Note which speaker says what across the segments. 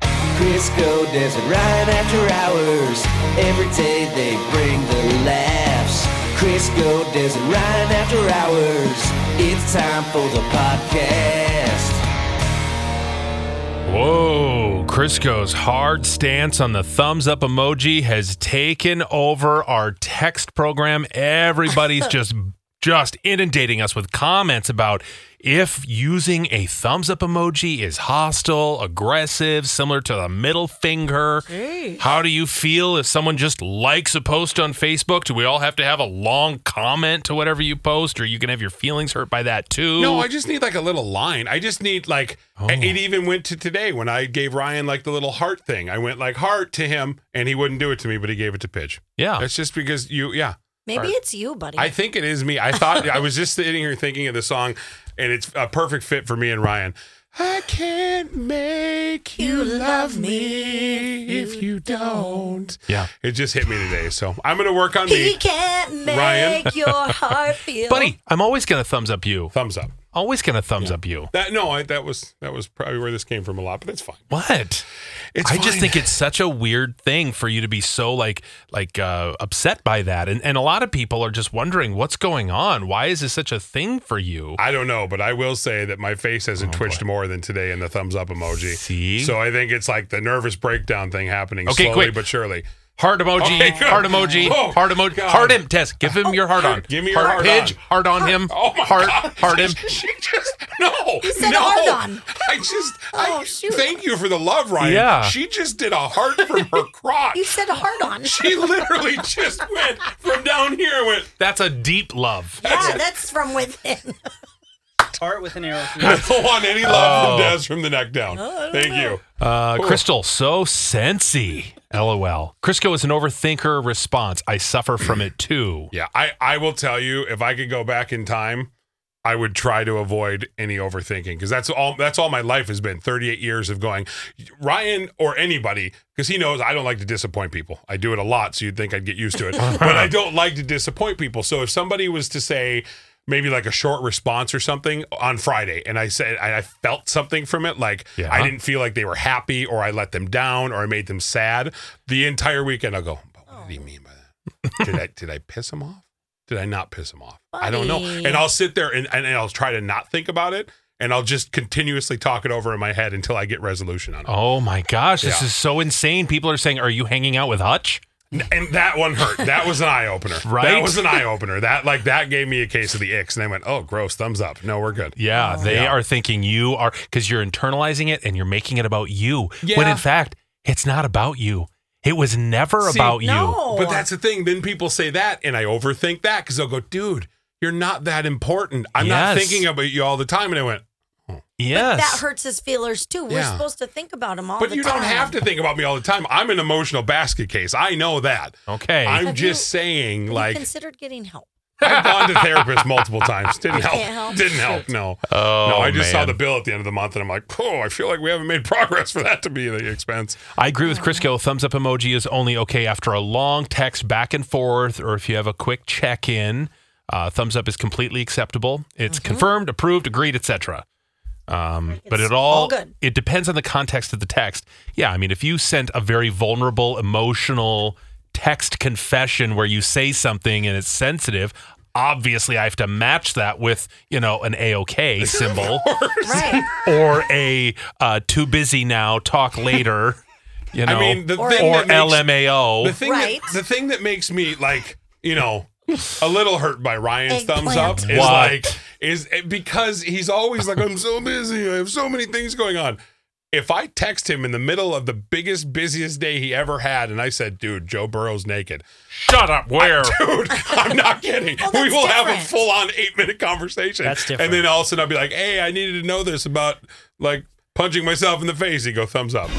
Speaker 1: Crisco Desert Ryan after hours. Every day they bring the laughs. Crisco Desert Ryan after hours. It's time for the podcast.
Speaker 2: Whoa, Crisco's hard stance on the thumbs up emoji has taken over our text program. Everybody's just just inundating us with comments about if using a thumbs up emoji is hostile, aggressive, similar to the middle finger. How do you feel if someone just likes a post on Facebook? Do we all have to have a long comment to whatever you post or you can have your feelings hurt by that too?
Speaker 3: No, I just need like a little line. I just need like
Speaker 2: Oh.
Speaker 3: it even went to today when I gave Ryan like the little heart thing. I went like heart to him and he wouldn't do it to me, but he gave it to Pidge.
Speaker 2: Yeah.
Speaker 3: That's just because you yeah.
Speaker 4: Maybe
Speaker 3: Or-
Speaker 4: it's you, buddy.
Speaker 3: I think it is me. I thought I was just sitting here thinking of the song and it's a perfect fit for me and Ryan. I can't make you love me if you don't.
Speaker 2: Yeah.
Speaker 3: It just hit me today. So I'm gonna work on
Speaker 4: he
Speaker 3: me.
Speaker 4: can't make
Speaker 3: Ryan.
Speaker 4: your heart feel.
Speaker 2: Buddy, I'm always going to thumbs up you.
Speaker 3: Thumbs up.
Speaker 2: Always going to thumbs up you.
Speaker 3: That no, I, that was that was probably where this came from a lot, but it's fine.
Speaker 2: What?
Speaker 3: It's
Speaker 2: I just
Speaker 3: fine.
Speaker 2: think it's such a weird thing for you to be so like like uh, upset by that, and and a lot of people are just wondering what's going on. Why is this such a thing for you?
Speaker 3: I don't know, but I will say that my face hasn't twitched more than today in the thumbs up emoji.
Speaker 2: Oh, See?
Speaker 3: So I think it's like the nervous breakdown thing happening
Speaker 2: Okay,
Speaker 3: slowly
Speaker 2: quick.
Speaker 3: but surely.
Speaker 2: Heart emoji,
Speaker 3: Okay, good.
Speaker 2: heart emoji,
Speaker 3: Oh,
Speaker 2: heart emoji,
Speaker 3: God.
Speaker 2: heart him. Tess, give him your heart on.
Speaker 3: Give me your heart
Speaker 2: Pidge,
Speaker 3: on.
Speaker 2: heart on him.
Speaker 3: Oh my
Speaker 2: heart,
Speaker 3: God.
Speaker 2: heart him.
Speaker 3: she just no. You
Speaker 4: said
Speaker 3: no.
Speaker 4: hard on.
Speaker 3: I just I
Speaker 4: Oh, shoot.
Speaker 3: thank you for the love, Ryan.
Speaker 2: Yeah.
Speaker 3: She just did a heart from her crotch.
Speaker 4: you said hard on.
Speaker 3: she literally just went from down here and went,
Speaker 2: That's a deep love.
Speaker 4: yeah, that's from within.
Speaker 5: Heart with an arrow. through
Speaker 3: I
Speaker 5: it.
Speaker 3: don't want any love
Speaker 2: Oh.
Speaker 3: from Des from the neck down. Thank you.
Speaker 2: Uh,
Speaker 3: Oh.
Speaker 2: Crystal, so sensy. LOL. Crisco is an overthinker response. I suffer from it too.
Speaker 3: Yeah, I, I will tell you if I could go back in time, I would try to avoid any overthinking because that's all that's all my life has been 38 years of going Ryan or anybody because he knows I don't like to disappoint people. I do it a lot, so you'd think I'd get used to it, but I don't like to disappoint people. So if somebody was to say maybe like a short response or something on Friday and I said I I felt something from it like
Speaker 2: Yeah.
Speaker 3: I didn't feel like they were happy or I let them down or I made them sad the entire weekend I'll go but what did he mean by that? did I did I piss him off? Did I not piss him off? I don't know.
Speaker 4: Buddy.
Speaker 3: And I'll sit there and, and, and I'll try to not think about it and I'll just continuously talk it over in my head until I get resolution on it.
Speaker 2: Oh my gosh, this
Speaker 3: Yeah.
Speaker 2: is so insane. People are saying, "Are you hanging out with Hutch?"
Speaker 3: And that one hurt. That was an eye opener.
Speaker 2: Right?
Speaker 3: That was an eye opener. That like that gave me a case of the icks and I went, "Oh, gross, thumbs up. No, we're good."
Speaker 2: Oh. Yeah, they
Speaker 3: Yeah.
Speaker 2: are thinking you are because you're internalizing it and you're making it about you. When
Speaker 3: Yeah.
Speaker 2: in fact, it's not about you. It was never
Speaker 3: See,
Speaker 2: about you.
Speaker 4: No.
Speaker 3: But that's the thing. Then people say that, and I overthink that because they'll go, dude, you're not that important. I'm not
Speaker 2: Yes.
Speaker 3: thinking about you all the time. And I went,
Speaker 2: Yes.
Speaker 4: That hurts his feelers too. We're
Speaker 3: Yeah.
Speaker 4: supposed to think about him all
Speaker 3: but
Speaker 4: the
Speaker 3: you
Speaker 4: time.
Speaker 3: don't have to think about me all the time. I'm an emotional basket case. I know that.
Speaker 2: Okay.
Speaker 3: I'm
Speaker 4: Have
Speaker 3: just saying,
Speaker 4: You
Speaker 3: like,
Speaker 4: considered getting help.
Speaker 3: I've gone to therapists multiple times. Didn't
Speaker 4: You
Speaker 3: help.
Speaker 4: can't help.
Speaker 3: Didn't help. No.
Speaker 2: Oh,
Speaker 3: no, I just saw
Speaker 2: man.
Speaker 3: the bill at the end of the month and I'm like, oh, I feel like we haven't made progress for that to be the expense.
Speaker 2: I agree with Crisco. Thumbs up emoji is only okay after a long text back and forth, or if you have a quick check in. Uh, thumbs up is completely acceptable. It's
Speaker 4: Mm-hmm.
Speaker 2: confirmed, approved, agreed, etc. Um, but it all,
Speaker 4: all good.
Speaker 2: it depends on the context of the text. Yeah, I mean, if you sent a very vulnerable, emotional text confession where you say something and it's sensitive, obviously I have to match that with you know an a okay symbol
Speaker 4: Right.
Speaker 2: or a uh, too busy now, talk later. You know,
Speaker 3: I mean, the
Speaker 2: or,
Speaker 3: thing that makes-
Speaker 2: LMAO.
Speaker 3: The thing,
Speaker 4: Right.
Speaker 3: that, the thing that makes me like, you know, a little hurt by Ryan's thumbs up
Speaker 4: Eggplant.
Speaker 3: is
Speaker 2: What?
Speaker 3: like is because he's always like, I'm so busy. I have so many things going on. If I text him in the middle of the biggest, busiest day he ever had, and I said, "Dude, Joe Burrow's naked,"
Speaker 2: Shut up, where?
Speaker 3: dude, I'm not kidding.
Speaker 4: Well,
Speaker 3: we
Speaker 4: that's
Speaker 3: will have a
Speaker 4: different.
Speaker 3: full on eight minute conversation.
Speaker 5: That's
Speaker 3: And then
Speaker 5: different.
Speaker 3: all of a sudden I'll be like, hey, I needed to know this about like punching myself in the face. He'd go thumbs up.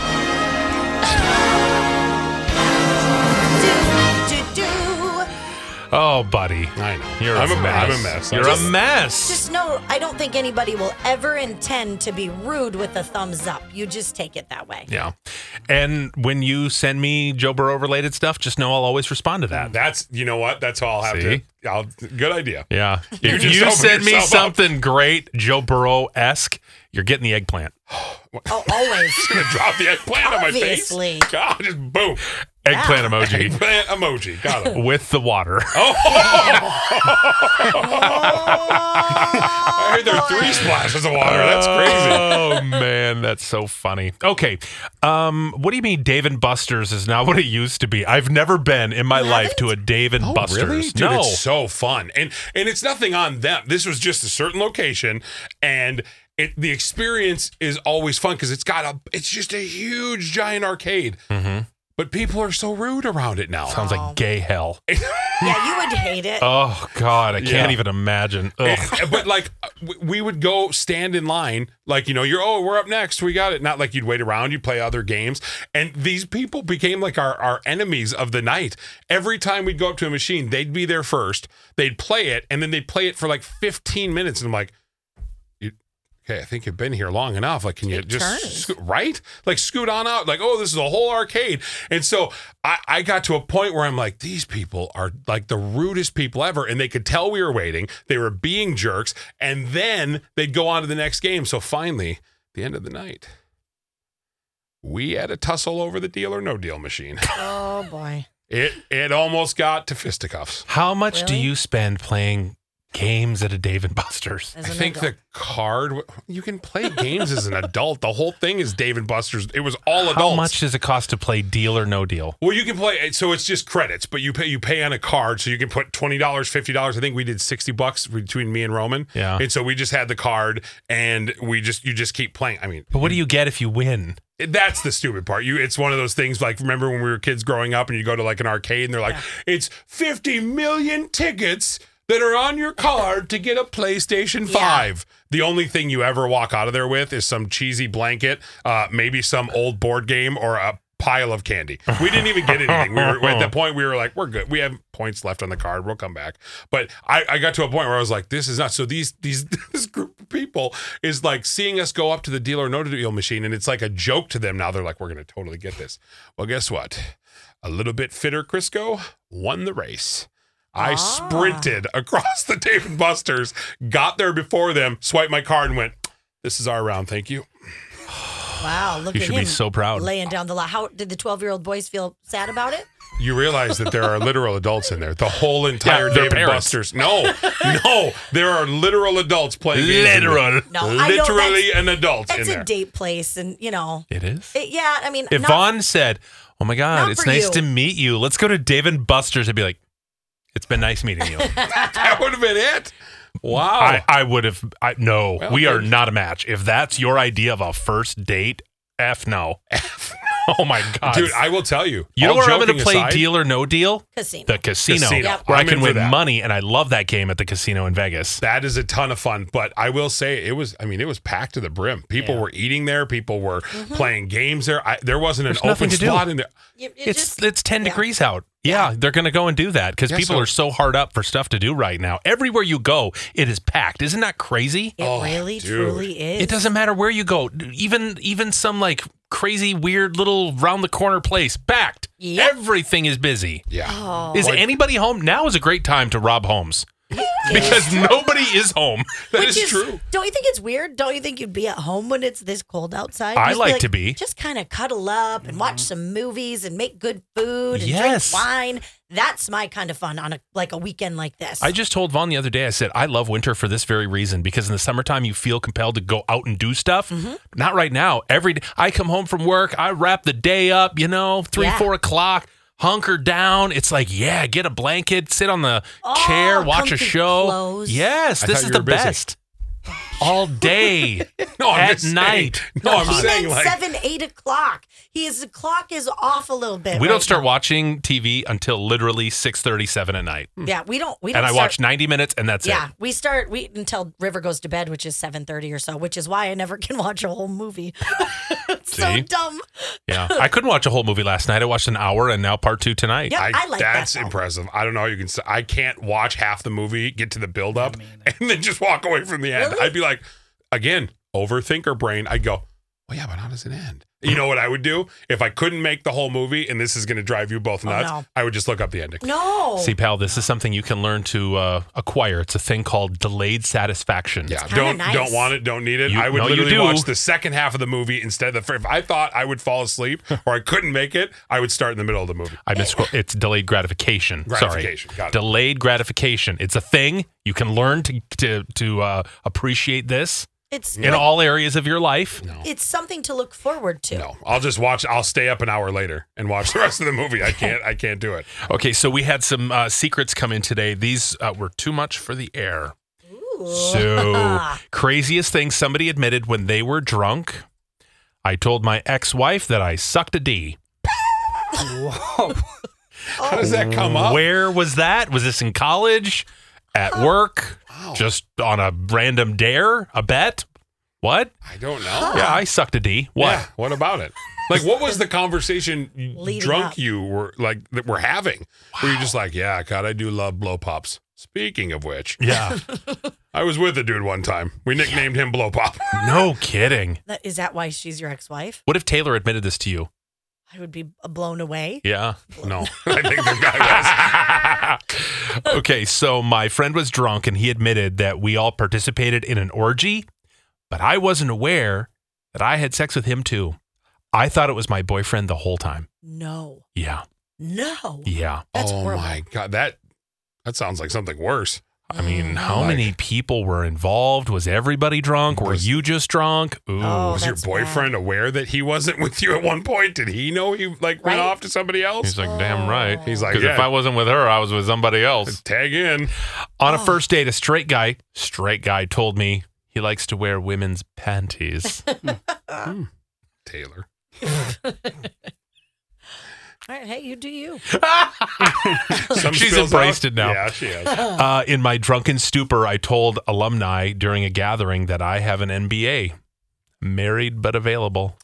Speaker 4: Do, do, do.
Speaker 2: Oh, buddy.
Speaker 3: I know.
Speaker 2: You're
Speaker 3: I'm
Speaker 2: a
Speaker 3: a me-
Speaker 2: mess.
Speaker 3: I'm a mess.
Speaker 2: You're
Speaker 3: Just-
Speaker 2: a mess.
Speaker 4: Just know, I don't think anybody will ever intend to be rude with a thumbs up. You just take it that way.
Speaker 2: yeah. And when you send me Joe Burrow related stuff, just know I'll always respond to that.
Speaker 3: That's you know what? That's all I'll have
Speaker 2: See?
Speaker 3: to. I'll, good idea.
Speaker 2: Yeah.
Speaker 3: You
Speaker 2: If
Speaker 3: just
Speaker 2: you
Speaker 3: opened
Speaker 2: send me
Speaker 3: yourself up.
Speaker 2: something great, Joe Burrow esque, you're getting the eggplant.
Speaker 4: Oh, always.
Speaker 3: I'm gonna drop the eggplant on my face.
Speaker 4: Obviously.
Speaker 3: God, just boom.
Speaker 2: Eggplant emoji
Speaker 3: Eggplant emoji. Got him.
Speaker 2: with the water.
Speaker 3: I heard there are three splashes of water. That's crazy.
Speaker 2: Oh man, that's so funny. Okay, um, what do you mean Dave and Buster's is not what it used to be? I've never been in my life to a Dave and Buster's.
Speaker 3: Dude,
Speaker 2: no,
Speaker 3: it's so fun. And and it's nothing on them. This was just a certain location and it, the experience is always fun because it's got a it's just a huge giant arcade. But people are so rude around it now.
Speaker 2: Mm-hmm. sounds like gay hell.
Speaker 4: yeah, you would hate it.
Speaker 2: Oh God, I
Speaker 3: Yeah.
Speaker 2: can't even imagine. Ugh.
Speaker 3: And- but like w- we would go stand in line like you know you're oh we're up next we got it not like you'd wait around you'd play other games and these people became like our, our enemies of the night every time we'd go up to a machine they'd be there first they'd play it and then they'd play it for like 15 minutes and i'm like you okay i think you've been here long enough like can you
Speaker 4: Take
Speaker 3: just
Speaker 4: turns.
Speaker 3: sco- right like scoot on out like oh this is a whole arcade and so I, I got to a point where i'm like these people are like the rudest people ever and they could tell we were waiting they were being jerks and then they'd go on to the next game so finally the end of the night we had a tussle over the deal or no deal machine
Speaker 4: oh, boy.
Speaker 3: it it almost got to fisticuffs
Speaker 2: How much do
Speaker 4: Really?
Speaker 2: you spend playing games at a Dave and Buster's?
Speaker 4: As
Speaker 3: I
Speaker 4: an
Speaker 3: think
Speaker 4: adult.
Speaker 3: the card. You can play games as an adult. The whole thing is Dave and Buster's. It was all adults.
Speaker 2: How much does it cost to play Deal or No Deal?
Speaker 3: Well, you can play. eh, So it's just credits, but you pay you pay on a card, so you can put twenty dollars, fifty dollars. I think we did sixty bucks between me and Roman.
Speaker 2: Yeah.
Speaker 3: And so we just had the card, and we just you just keep playing. I mean,
Speaker 2: But what do you get if you win?
Speaker 3: that's the stupid part. You, it's one of those things. Like remember when we were kids growing up, and you go to like an arcade, and they're like, it's fifty million tickets that are on your card to get a PlayStation Five. The only thing you ever walk out of there with is some cheesy blanket, uh, maybe some old board game, or a pile of candy. We didn't even get anything. We were at the point we were like, we're good. We have points left on the card. We'll come back. But I, I got to a point where I was like, this is not. So these these this group of people is like seeing us go up to the deal or no deal machine, and it's like a joke to them now. They're like, we're gonna totally get this. Well, guess what? A little bit fitter Crisco won the race. I sprinted across the Dave and Buster's, got there before them, swiped my card, and went, "This is our round, thank you."
Speaker 4: Wow, look
Speaker 2: You
Speaker 4: at
Speaker 2: should
Speaker 4: him.
Speaker 2: be so proud.
Speaker 4: Laying down the law. How did the 12 year old boys feel sad about it?
Speaker 3: You realize that there are literal adults in there. The whole entire
Speaker 2: Yeah,
Speaker 3: Dave
Speaker 2: they're
Speaker 3: and
Speaker 2: parents.
Speaker 3: Buster's. No, no, there are literal adults playing. games in there.
Speaker 2: Literal.
Speaker 4: No, I know
Speaker 3: literally
Speaker 4: that's-
Speaker 3: an adult in
Speaker 4: That's
Speaker 3: there.
Speaker 4: a date place, and, you know.
Speaker 2: It is.
Speaker 4: It, yeah, I mean, not-
Speaker 2: Yvonne said, "Oh my God,
Speaker 4: Not
Speaker 2: it's
Speaker 4: for
Speaker 2: nice
Speaker 4: you.
Speaker 2: to meet you. Let's go to Dave and Buster's." I'd be like, "It's been nice meeting you."
Speaker 3: that would have been it. Wow.
Speaker 2: I, I would have. I no,
Speaker 3: Oh. Well,
Speaker 2: we are
Speaker 3: then-
Speaker 2: not a match. If that's your idea of a first date, f no. oh my God,
Speaker 3: Dude, I will tell you.
Speaker 2: you know
Speaker 3: all
Speaker 2: where I'm going
Speaker 3: joking
Speaker 2: to play
Speaker 3: aside,
Speaker 2: Deal or No Deal?
Speaker 4: Casino.
Speaker 2: The casino,
Speaker 3: Casino.
Speaker 4: Yep.
Speaker 2: where i
Speaker 3: I'm in
Speaker 2: can
Speaker 3: for
Speaker 2: win
Speaker 3: that.
Speaker 2: money, and I love that game at the casino in Vegas.
Speaker 3: That is a ton of fun, but I will say it was. I mean, it was packed to the brim. People were eating there. People were
Speaker 4: Mm-hmm.
Speaker 3: playing games there. I, there wasn't an
Speaker 2: There's nothing
Speaker 3: open
Speaker 2: to do.
Speaker 3: spot in there.
Speaker 4: You- you
Speaker 2: It's
Speaker 4: just-
Speaker 2: it's 10
Speaker 4: yeah.
Speaker 2: degrees out. Yeah, they're going to go and do that because
Speaker 3: Yeah,
Speaker 2: people
Speaker 3: so-
Speaker 2: are so hard up for stuff to do right now. Everywhere you go, it is packed. Isn't that crazy?
Speaker 4: It
Speaker 3: Oh,
Speaker 4: really,
Speaker 3: dude.
Speaker 4: truly is.
Speaker 2: It doesn't matter where you go. Even even some like crazy weird little round the corner place packed.
Speaker 4: Yep.
Speaker 2: Everything is busy.
Speaker 3: Yeah.
Speaker 4: Oh,
Speaker 2: Is
Speaker 3: Like-
Speaker 2: anybody home? Now is a great time to rob homes. Because nobody is home.
Speaker 3: that
Speaker 4: Which
Speaker 3: is true.
Speaker 4: Don't you think it's weird? Don't you think you'd be at home when it's this cold outside?
Speaker 2: I
Speaker 4: Just
Speaker 2: like to be. Mm-hmm.
Speaker 4: Just kind of cuddle up and watch some movies and make good food and
Speaker 2: Yes.
Speaker 4: drink wine. That's my kind of fun on a like a weekend like this.
Speaker 2: I just told Vaughn the other day, I said, I love winter for this very reason because in the summertime you feel compelled to go out and do stuff.
Speaker 4: Mm-hmm.
Speaker 2: Not right now. Every day I come home from work, I wrap the day up, you know, three,
Speaker 4: Yeah.
Speaker 2: four o'clock, hunker down. It's like, yeah, get a blanket, sit on the chair, watch a
Speaker 4: comfy
Speaker 2: show.
Speaker 4: clothes.
Speaker 2: Yes,
Speaker 3: I
Speaker 2: this
Speaker 3: thought
Speaker 2: is
Speaker 3: you
Speaker 2: the
Speaker 3: were busy.
Speaker 2: best. all day.
Speaker 3: No, I'm
Speaker 2: At
Speaker 3: just saying-
Speaker 2: night.
Speaker 3: no, I'm
Speaker 4: he
Speaker 3: saying
Speaker 4: meant
Speaker 3: like
Speaker 4: seven, eight o'clock. He is the clock is off a little bit.
Speaker 2: we
Speaker 4: right
Speaker 2: don't start watching TV until literally 6:37 at night.
Speaker 4: now. Yeah, we don't. We don't.
Speaker 2: And I
Speaker 4: start-
Speaker 2: watch 90 minutes and that's
Speaker 4: Yeah,
Speaker 2: it.
Speaker 4: we start we until River goes to bed, which is seven thirty or so, which is why I never can watch a whole movie. It's so
Speaker 2: See?
Speaker 4: dumb.
Speaker 2: Yeah. I couldn't watch a whole movie last night. I watched an hour and now part 2 tonight.
Speaker 4: Yeah, I, like that.
Speaker 3: that's
Speaker 4: though.
Speaker 3: impressive. I don't know how you can. s- I can't watch half the movie, get to the buildup, and then just walk away from the end.
Speaker 4: Really?
Speaker 3: I'd be like, again, overthinker brain. I'd go, well, yeah, but how does it end? You know what I would do if I couldn't make the whole movie, and this is going to drive you both
Speaker 4: Oh,
Speaker 3: nuts.
Speaker 4: no.
Speaker 3: I would just look up the ending.
Speaker 4: No.
Speaker 2: See, pal, this is something you can learn to uh, acquire. It's a thing called delayed satisfaction.
Speaker 3: Yeah,
Speaker 4: kinda
Speaker 3: don't
Speaker 4: nice.
Speaker 3: don't want it, don't need it.
Speaker 2: You-
Speaker 3: I would
Speaker 2: no, you
Speaker 3: literally
Speaker 2: do.
Speaker 3: watch the second half of the movie instead of the first. If I thought I would fall asleep or I couldn't make it, I would start in the middle of the movie.
Speaker 2: I misscroll. It's delayed gratification.
Speaker 3: Gratification,
Speaker 2: Sorry.
Speaker 3: got it.
Speaker 2: Delayed gratification. It's a thing. You can learn to to, to uh, appreciate this
Speaker 4: it's
Speaker 2: in all areas of your life.
Speaker 4: it's something to look forward to.
Speaker 3: No, I'll just watch. I'll stay up an hour later and watch the rest of the movie. I can't. I can't do it.
Speaker 2: Okay, so we had some uh, secrets come in today. These uh, were too much for the air. So, craziest thing somebody admitted when they were drunk. I told my ex wife that I sucked a D.
Speaker 3: How does that come up?
Speaker 2: Where was that? Was this in college? At work? Just on a random dare? A bet? What?
Speaker 3: I don't know.
Speaker 2: Yeah, I sucked a D. What?
Speaker 3: Yeah, what about it? Like, what was the conversation you-
Speaker 4: Leading
Speaker 3: drunk
Speaker 4: up.
Speaker 3: you were like that we're having? Where you're just like, yeah, God, I do love blow pops. Speaking of which,
Speaker 2: Yeah.
Speaker 3: I was with a dude one time. We nicknamed him Blow Pop.
Speaker 2: no kidding.
Speaker 4: That, is that why she's your ex-wife?
Speaker 2: What if Taylor admitted this to you?
Speaker 4: I would be blown away.
Speaker 2: Yeah.
Speaker 3: No, I think the guy
Speaker 2: okay, so my friend was drunk and he admitted that we all participated in an orgy, but I wasn't aware that I had sex with him too. I thought it was my boyfriend the whole time.
Speaker 4: No,
Speaker 2: Yeah.
Speaker 4: no.
Speaker 2: Yeah.
Speaker 4: That's
Speaker 3: was. oh
Speaker 4: horrible.
Speaker 3: my God, that that sounds like something worse.
Speaker 2: I mean, how
Speaker 3: Mm, Like-
Speaker 2: many people were involved? Was everybody drunk? Were
Speaker 3: Was-
Speaker 2: you just drunk? Ooh.
Speaker 4: Oh,
Speaker 3: was your
Speaker 4: that's
Speaker 3: boyfriend aware that he wasn't with you at one point? Did he know he like
Speaker 4: Right?
Speaker 3: went off to somebody else?
Speaker 2: He's like, damn right.
Speaker 3: He's
Speaker 4: Oh.
Speaker 3: like,
Speaker 2: 'Cause
Speaker 3: yeah,
Speaker 2: if I wasn't with her, I was with somebody else.
Speaker 3: tag in.
Speaker 2: On a first date, a straight guy, straight guy told me he likes to wear women's panties.
Speaker 4: Uh.
Speaker 3: Hmm. Taylor.
Speaker 4: All right, hey, you do you.
Speaker 3: Some
Speaker 2: She's
Speaker 3: spills
Speaker 2: embraced
Speaker 3: out.
Speaker 2: it now.
Speaker 3: Yeah, she has.
Speaker 2: uh, in my drunken stupor, I told alumni during a gathering that I have an MBA, married but available.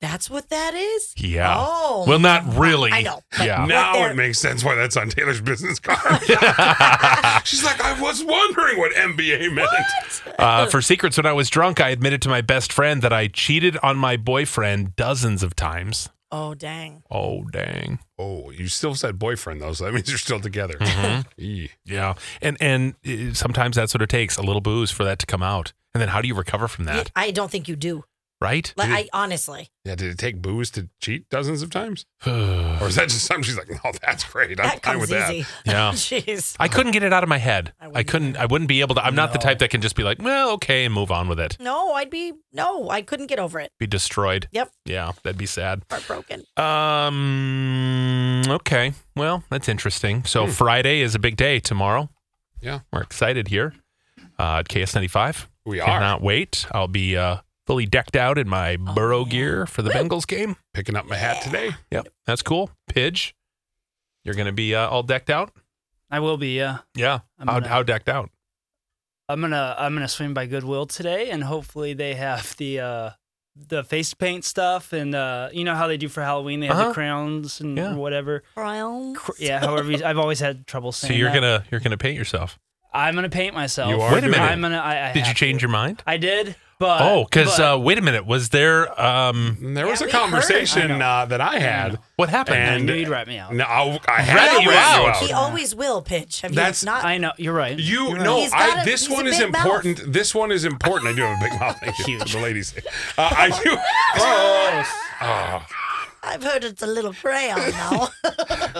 Speaker 4: That's what that is.
Speaker 2: Yeah.
Speaker 4: Oh.
Speaker 2: well, not really.
Speaker 4: I know, but-
Speaker 2: Yeah.
Speaker 3: Now
Speaker 4: they're-
Speaker 3: it makes sense why that's on Taylor's business card. She's like, I was wondering what MBA meant.
Speaker 2: Uh, for secrets, when I was drunk, I admitted to my best friend that I cheated on my boyfriend dozens of times.
Speaker 4: Oh dang.
Speaker 2: Oh, dang.
Speaker 3: Oh, you still said boyfriend though, so that means you're still together.
Speaker 2: Mm-hmm.
Speaker 3: Eee.
Speaker 2: Yeah. And and uh, sometimes that's what it takes a little booze for that to come out. And then how do you recover from that?
Speaker 4: I don't think you do.
Speaker 2: Right?
Speaker 4: Like, I honestly.
Speaker 3: Yeah, did it take booze to cheat dozens of times?
Speaker 2: yeah.
Speaker 3: Or is that just something she's like, no, that's great. I'm
Speaker 4: That
Speaker 3: fine
Speaker 4: comes
Speaker 3: with
Speaker 4: easy. Jeez.
Speaker 2: I couldn't get it out of my head.
Speaker 4: I
Speaker 2: I,
Speaker 4: wouldn't
Speaker 2: couldn't. I wouldn't be able to. I'm not the type that can just be like, well, okay, and move on with it.
Speaker 4: No, I'd be no, I couldn't get over it.
Speaker 2: Be destroyed.
Speaker 4: Yep.
Speaker 2: Yeah, that'd be sad.
Speaker 4: Heartbroken.
Speaker 2: Um. Okay. Well, that's interesting. So Friday is a big day tomorrow.
Speaker 3: Hmm. Yeah.
Speaker 2: we're excited here uh, at KS95.
Speaker 3: that. We are
Speaker 2: Cannot wait. I'll be uh, fully decked out in my
Speaker 3: Oh,
Speaker 2: Burrow gear for the Bengals game.
Speaker 3: picking up my hat today.
Speaker 2: Yep, that's cool. Pidge, you're gonna be uh, all decked out.
Speaker 5: I will be. Yeah,
Speaker 2: Yeah.
Speaker 5: I'm
Speaker 2: How,
Speaker 5: gonna-
Speaker 2: how decked out?
Speaker 5: I'm gonna I'm gonna swing by Goodwill today, and hopefully they have the uh the face paint stuff, and uh you know how they do for Halloween, they have
Speaker 2: Uh-huh.
Speaker 5: the crowns and
Speaker 2: Yeah.
Speaker 5: whatever.
Speaker 4: Crown.
Speaker 5: Cr- Yeah, however, you- I've always had trouble
Speaker 2: So
Speaker 5: saying.
Speaker 2: you're
Speaker 5: that.
Speaker 2: gonna you're gonna paint yourself.
Speaker 5: I'm gonna paint myself.
Speaker 3: You are Wait a doing
Speaker 2: minute. it.
Speaker 5: I'm gonna. I, I
Speaker 2: Did you
Speaker 5: have
Speaker 2: change
Speaker 5: to.
Speaker 2: your mind?
Speaker 5: I did, but
Speaker 2: Oh, because
Speaker 5: but-
Speaker 2: uh, wait a minute. Was there um
Speaker 3: And there
Speaker 4: Yeah,
Speaker 3: was a
Speaker 4: we heard.
Speaker 3: conversation
Speaker 5: I know.
Speaker 3: uh, that I had.
Speaker 2: what happened?
Speaker 5: I
Speaker 3: and-
Speaker 5: knew you'd rat me out.
Speaker 3: No, I, I
Speaker 2: Rat
Speaker 3: had
Speaker 2: you
Speaker 3: you out.
Speaker 2: out.
Speaker 4: He always will pitch. Have
Speaker 3: That's-
Speaker 4: you not
Speaker 5: I know you're right.
Speaker 3: You
Speaker 5: You're
Speaker 3: no,
Speaker 4: He's got
Speaker 3: I,
Speaker 4: a-
Speaker 3: this
Speaker 4: he's a
Speaker 3: one is
Speaker 4: big mouth.
Speaker 3: important. This one is important. I do have a big mouth. Thank you.
Speaker 5: Huge.
Speaker 3: The ladies. say. Uh, I do.
Speaker 5: right.
Speaker 4: I've heard it's a little crayon now.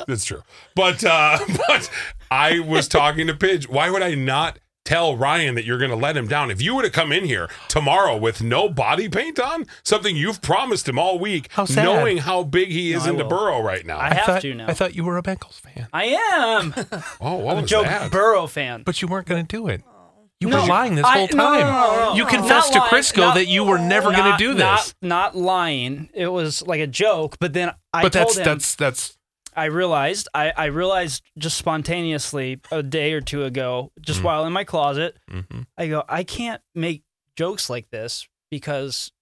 Speaker 3: That's true. But uh, but I was talking to Pidge. Why would I not tell Ryan that you're going to let him down? If you would have come in here tomorrow with no body paint on, something you've promised him all week,
Speaker 2: How sad.
Speaker 3: knowing how big he is
Speaker 5: No, I
Speaker 3: into
Speaker 5: will.
Speaker 3: Burrow right now.
Speaker 5: I have
Speaker 2: thought,
Speaker 5: to now.
Speaker 2: I thought you were a Bengals fan,
Speaker 5: I am.
Speaker 3: oh, what
Speaker 5: I'm a
Speaker 3: was
Speaker 5: Joe
Speaker 3: that?
Speaker 5: Burrow fan.
Speaker 4: Oh.
Speaker 2: but you weren't going to do it. You were lying this
Speaker 5: I-
Speaker 2: whole
Speaker 5: no,
Speaker 2: time.
Speaker 5: no, no, no, no.
Speaker 2: you
Speaker 5: Not
Speaker 2: confessed to
Speaker 5: lying,
Speaker 2: Crisco
Speaker 5: not-
Speaker 2: that you were never going to
Speaker 5: not-
Speaker 2: do this.
Speaker 5: Not, not lying. It was like a joke, but then I
Speaker 2: but
Speaker 5: told
Speaker 2: that's
Speaker 5: him
Speaker 2: that's that's
Speaker 5: I realized I, I realized just spontaneously a day or two ago,
Speaker 2: Mm.
Speaker 5: just while in my closet,
Speaker 2: Mhm.
Speaker 5: I go, I can't make jokes like this because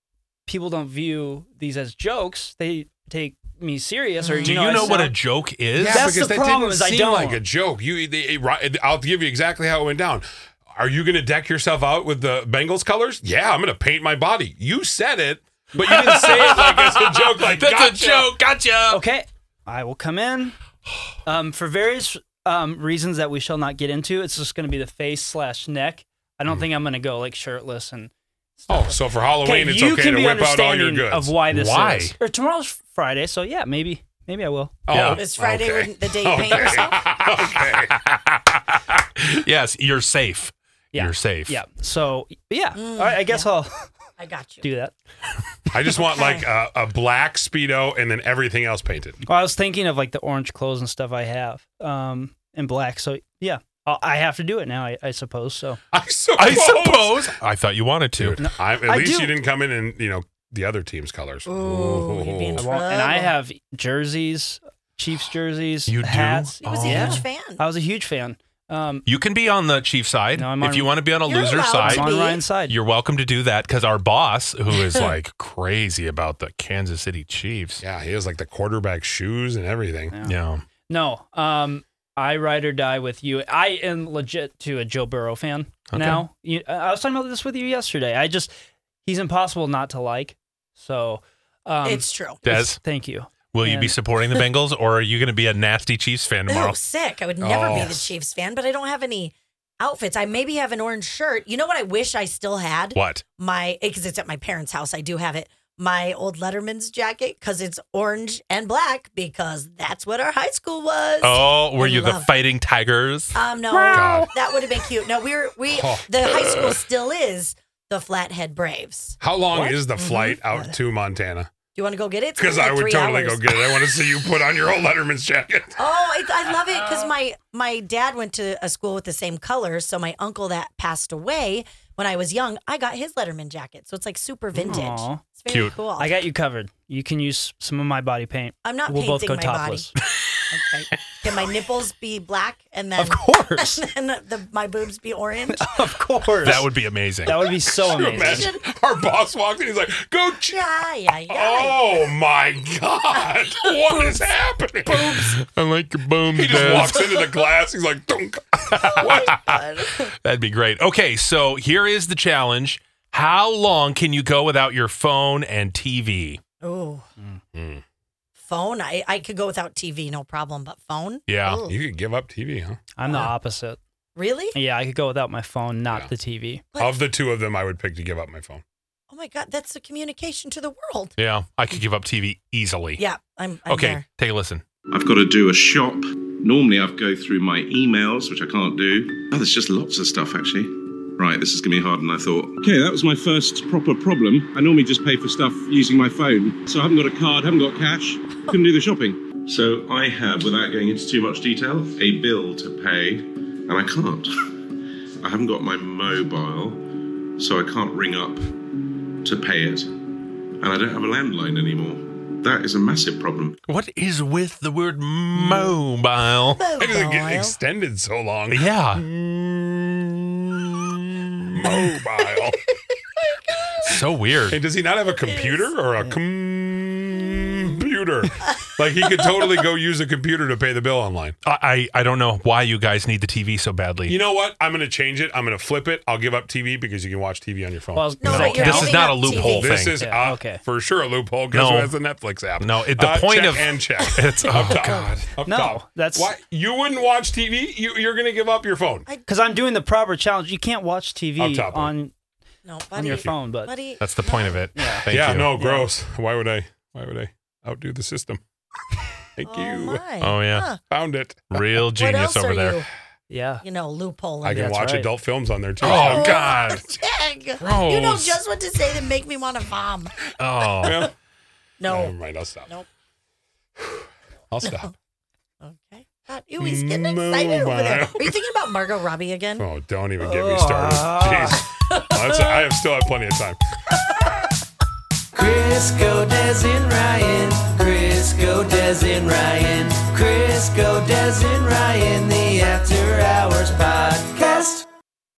Speaker 5: people don't view these as jokes. They take me serious. Or
Speaker 2: Mm. Do you
Speaker 5: I
Speaker 2: know what a
Speaker 5: sound-
Speaker 2: joke is?
Speaker 3: Yeah,
Speaker 5: That's
Speaker 3: because
Speaker 5: the
Speaker 3: that
Speaker 5: problem
Speaker 3: didn't
Speaker 5: is I
Speaker 3: seem
Speaker 5: don't.
Speaker 3: like a joke. You, they, it- right- I'll give you exactly how it went down. Are you going to deck yourself out with the Bengals colors? Yeah, I'm going to paint my body. You said it, but you didn't say it like it's a joke. Like
Speaker 2: That's
Speaker 3: gotcha.
Speaker 2: a joke. Gotcha.
Speaker 5: okay? I will come in. Um, for various um, reasons that we shall not get into, it's just going to be the face slash neck. I don't think I'm going to go like shirtless and
Speaker 3: Hmm. Oh, so for Halloween, it's
Speaker 5: you
Speaker 3: okay
Speaker 5: can
Speaker 3: to
Speaker 5: be
Speaker 3: whip out all
Speaker 5: understanding
Speaker 3: your goods.
Speaker 5: of why this
Speaker 2: Why?
Speaker 5: is. Or tomorrow's Friday, so yeah, maybe maybe I will.
Speaker 3: oh,
Speaker 2: Yeah.
Speaker 4: It's Friday
Speaker 3: okay.
Speaker 4: when the day you paint
Speaker 3: Okay.
Speaker 4: yourself.
Speaker 3: okay.
Speaker 2: yes, you're safe.
Speaker 5: Yeah.
Speaker 2: You're safe.
Speaker 5: Yeah. So yeah,
Speaker 4: Mm,
Speaker 5: all right, I guess I'll
Speaker 4: I got you.
Speaker 5: do that.
Speaker 3: I just want like a, a black speedo and then everything else painted.
Speaker 5: Well, I was thinking of like the orange clothes and stuff I have um in black. So yeah, I'll, I have to do it now, I, I suppose. So
Speaker 3: I suppose.
Speaker 2: I suppose. I thought you wanted to.
Speaker 3: Dude, I'm, at
Speaker 5: I
Speaker 3: least
Speaker 5: do-
Speaker 3: you didn't come in and you know the other team's colors.
Speaker 4: Ooh, you'd be in
Speaker 5: I
Speaker 3: Ooh.
Speaker 5: won't. And I
Speaker 4: Trouble.
Speaker 5: have jerseys, Chiefs jerseys,
Speaker 2: You do?
Speaker 5: hats.
Speaker 4: He was a
Speaker 3: Oh.
Speaker 5: Yeah.
Speaker 4: huge fan.
Speaker 5: I was a huge fan. Um,
Speaker 2: You can be on the chief side.
Speaker 5: No, I'm
Speaker 2: if
Speaker 5: on-
Speaker 2: you want to be on a
Speaker 4: You're
Speaker 2: loser
Speaker 4: allowed
Speaker 2: side,
Speaker 5: I'm on
Speaker 4: be.
Speaker 5: Ryan's side.
Speaker 2: you're welcome to do that because our boss, who is like crazy about the Kansas City Chiefs.
Speaker 3: Yeah, he has like the quarterback shoes and everything.
Speaker 5: Yeah.
Speaker 2: Yeah.
Speaker 5: No, um, I ride or die with you. I am legit to a Joe Burrow fan
Speaker 2: Okay.
Speaker 5: now. You, I I was talking about this with you yesterday. I just he's impossible not to like. So um,
Speaker 4: it's true.
Speaker 2: Des,
Speaker 5: thank you.
Speaker 2: will you be
Speaker 5: and-
Speaker 2: supporting the Bengals or are you going to be a nasty Chiefs fan tomorrow?
Speaker 4: Ew, sick. I would never be
Speaker 3: Oh.
Speaker 4: the Chiefs fan, but I don't have any outfits. I maybe have an orange shirt. You know what I wish I still had?
Speaker 2: What?
Speaker 4: My because it's at my parents' house. I do have it. My old Letterman's jacket because it's orange and black because that's what our high school was.
Speaker 2: Oh, were
Speaker 4: I
Speaker 2: you the
Speaker 4: love-
Speaker 2: Fighting Tigers?
Speaker 4: Um, no,
Speaker 3: God.
Speaker 4: that would have been cute. No, we were we
Speaker 3: Oh.
Speaker 4: the high school still is the Flathead Braves.
Speaker 3: How long
Speaker 5: What?
Speaker 3: is the flight out to Montana?
Speaker 4: Do you want to go get it? Mm-hmm. It's
Speaker 3: Because
Speaker 4: like
Speaker 3: I would
Speaker 4: three
Speaker 3: totally
Speaker 4: hours.
Speaker 3: go get it. I want to see you put on your old Letterman's jacket.
Speaker 4: Oh, it, I love it because my my dad went to a school with the same colors. So my uncle that passed away when I was young, I got his Letterman jacket. So it's like super vintage.
Speaker 5: Aw.
Speaker 4: It's very
Speaker 2: Cute.
Speaker 4: cool.
Speaker 5: I got you covered. You can use some of my body paint.
Speaker 4: I'm not
Speaker 5: We'll both
Speaker 4: painting
Speaker 5: go
Speaker 4: my
Speaker 5: topless.
Speaker 4: body. Okay. Can my nipples be black and then
Speaker 5: Of course,
Speaker 4: and then the, my boobs be orange?
Speaker 5: of course.
Speaker 2: That would be amazing.
Speaker 5: that would be so
Speaker 3: Can you
Speaker 5: amazing.
Speaker 3: imagine? Our boss walked in. He's like, "Go check."
Speaker 4: Yeah, yeah, yeah.
Speaker 3: Oh my god! What is happening?
Speaker 2: I like your boom.
Speaker 3: He just walks into the glass. He's like, "Dunk." What?
Speaker 2: That'd be great. Okay, so here is the challenge. How long can you go without your phone and TV?
Speaker 4: Ooh.
Speaker 5: Oh.
Speaker 3: Mm.
Speaker 4: Phone. I, I could go without TV, no problem. But phone?
Speaker 2: Yeah.
Speaker 4: Ooh.
Speaker 3: You could give up TV, huh?
Speaker 5: I'm the opposite.
Speaker 4: Really?
Speaker 5: Yeah, I could go without my phone, not
Speaker 3: Yeah.
Speaker 5: the TV.
Speaker 4: What?
Speaker 3: Of the two of them, I would pick to give up my phone.
Speaker 4: Oh my God, that's the communication to the world.
Speaker 2: Yeah, I could give up TV easily.
Speaker 4: Yeah, I'm, I'm
Speaker 2: okay,
Speaker 4: there.
Speaker 2: take a listen.
Speaker 6: I've got to do a shop. Normally, I've go through my emails, which I can't do. Oh, there's just lots of stuff, actually. Right, this is going to be harder than I thought. Okay, that was my first proper problem. I normally just pay for stuff using my phone. So I haven't got a card, haven't got cash, couldn't do the shopping. So I have, without going into too much detail, a bill to pay, and I can't. I haven't got my mobile, so I can't ring up to pay it, and I don't have a landline anymore. That is a massive problem.
Speaker 2: What is with the word mobile?
Speaker 3: It doesn't get
Speaker 4: Mobile.
Speaker 3: extended so long.
Speaker 2: Yeah,
Speaker 3: Mm. Mobile.
Speaker 2: so weird.
Speaker 3: Hey, does he not have a computer or a computer? like he could totally go use a computer to pay the bill online.
Speaker 2: I, I I don't know why you guys need the TV so badly.
Speaker 3: You know what? I'm going to change it. I'm going to flip it. I'll give up TV because you can watch TV on your phone.
Speaker 5: Well, does
Speaker 4: No,
Speaker 5: that
Speaker 4: but you're
Speaker 5: count?
Speaker 2: This is not a
Speaker 4: giving up
Speaker 2: loophole.
Speaker 4: TV.
Speaker 3: this
Speaker 2: thing.
Speaker 3: is
Speaker 5: Yeah,
Speaker 3: uh,
Speaker 5: okay.
Speaker 3: for sure a loophole because
Speaker 2: No.
Speaker 3: it has the Netflix app.
Speaker 2: no, it, the
Speaker 3: Uh,
Speaker 2: point
Speaker 3: check
Speaker 2: of
Speaker 3: and check.
Speaker 2: it's oh
Speaker 3: Up top.
Speaker 2: god.
Speaker 3: Up
Speaker 5: No,
Speaker 3: top.
Speaker 5: that's-
Speaker 3: why you wouldn't watch TV. You, you're going to give up your phone.
Speaker 5: Because I'm doing the proper challenge. You can't watch
Speaker 3: Up
Speaker 5: TV
Speaker 3: top of it.
Speaker 5: on
Speaker 4: No, buddy.
Speaker 5: on your phone, but
Speaker 4: buddy.
Speaker 2: That's the point of it. Thank
Speaker 3: yeah,
Speaker 2: you.
Speaker 3: no, gross. Why would I? Why would I outdo the system? Thank
Speaker 4: Oh,
Speaker 3: you.
Speaker 4: my.
Speaker 2: Oh, yeah.
Speaker 4: Huh.
Speaker 3: Found it.
Speaker 2: Real
Speaker 4: What
Speaker 2: genius
Speaker 4: else
Speaker 2: over
Speaker 4: are
Speaker 2: there.
Speaker 4: you,
Speaker 5: yeah.
Speaker 4: you know, loophole?
Speaker 3: I can
Speaker 5: That's
Speaker 3: watch
Speaker 5: right.
Speaker 3: adult films on there too.
Speaker 2: Oh god.
Speaker 4: You know
Speaker 2: Gross.
Speaker 4: just what to say that make me want to vom.
Speaker 2: Oh.
Speaker 3: Yeah.
Speaker 4: No.
Speaker 3: Never mind. I'll stop.
Speaker 4: Nope.
Speaker 3: I'll stop.
Speaker 4: Okay. God, ew, he's getting excited over there. Are you thinking about Margot Robbie again?
Speaker 3: Oh, don't even get me started. Jeez. That's- I have still have plenty of time.
Speaker 1: Crisco Des and Ryan, Crisco Des and Ryan, Crisco Des and Ryan, the after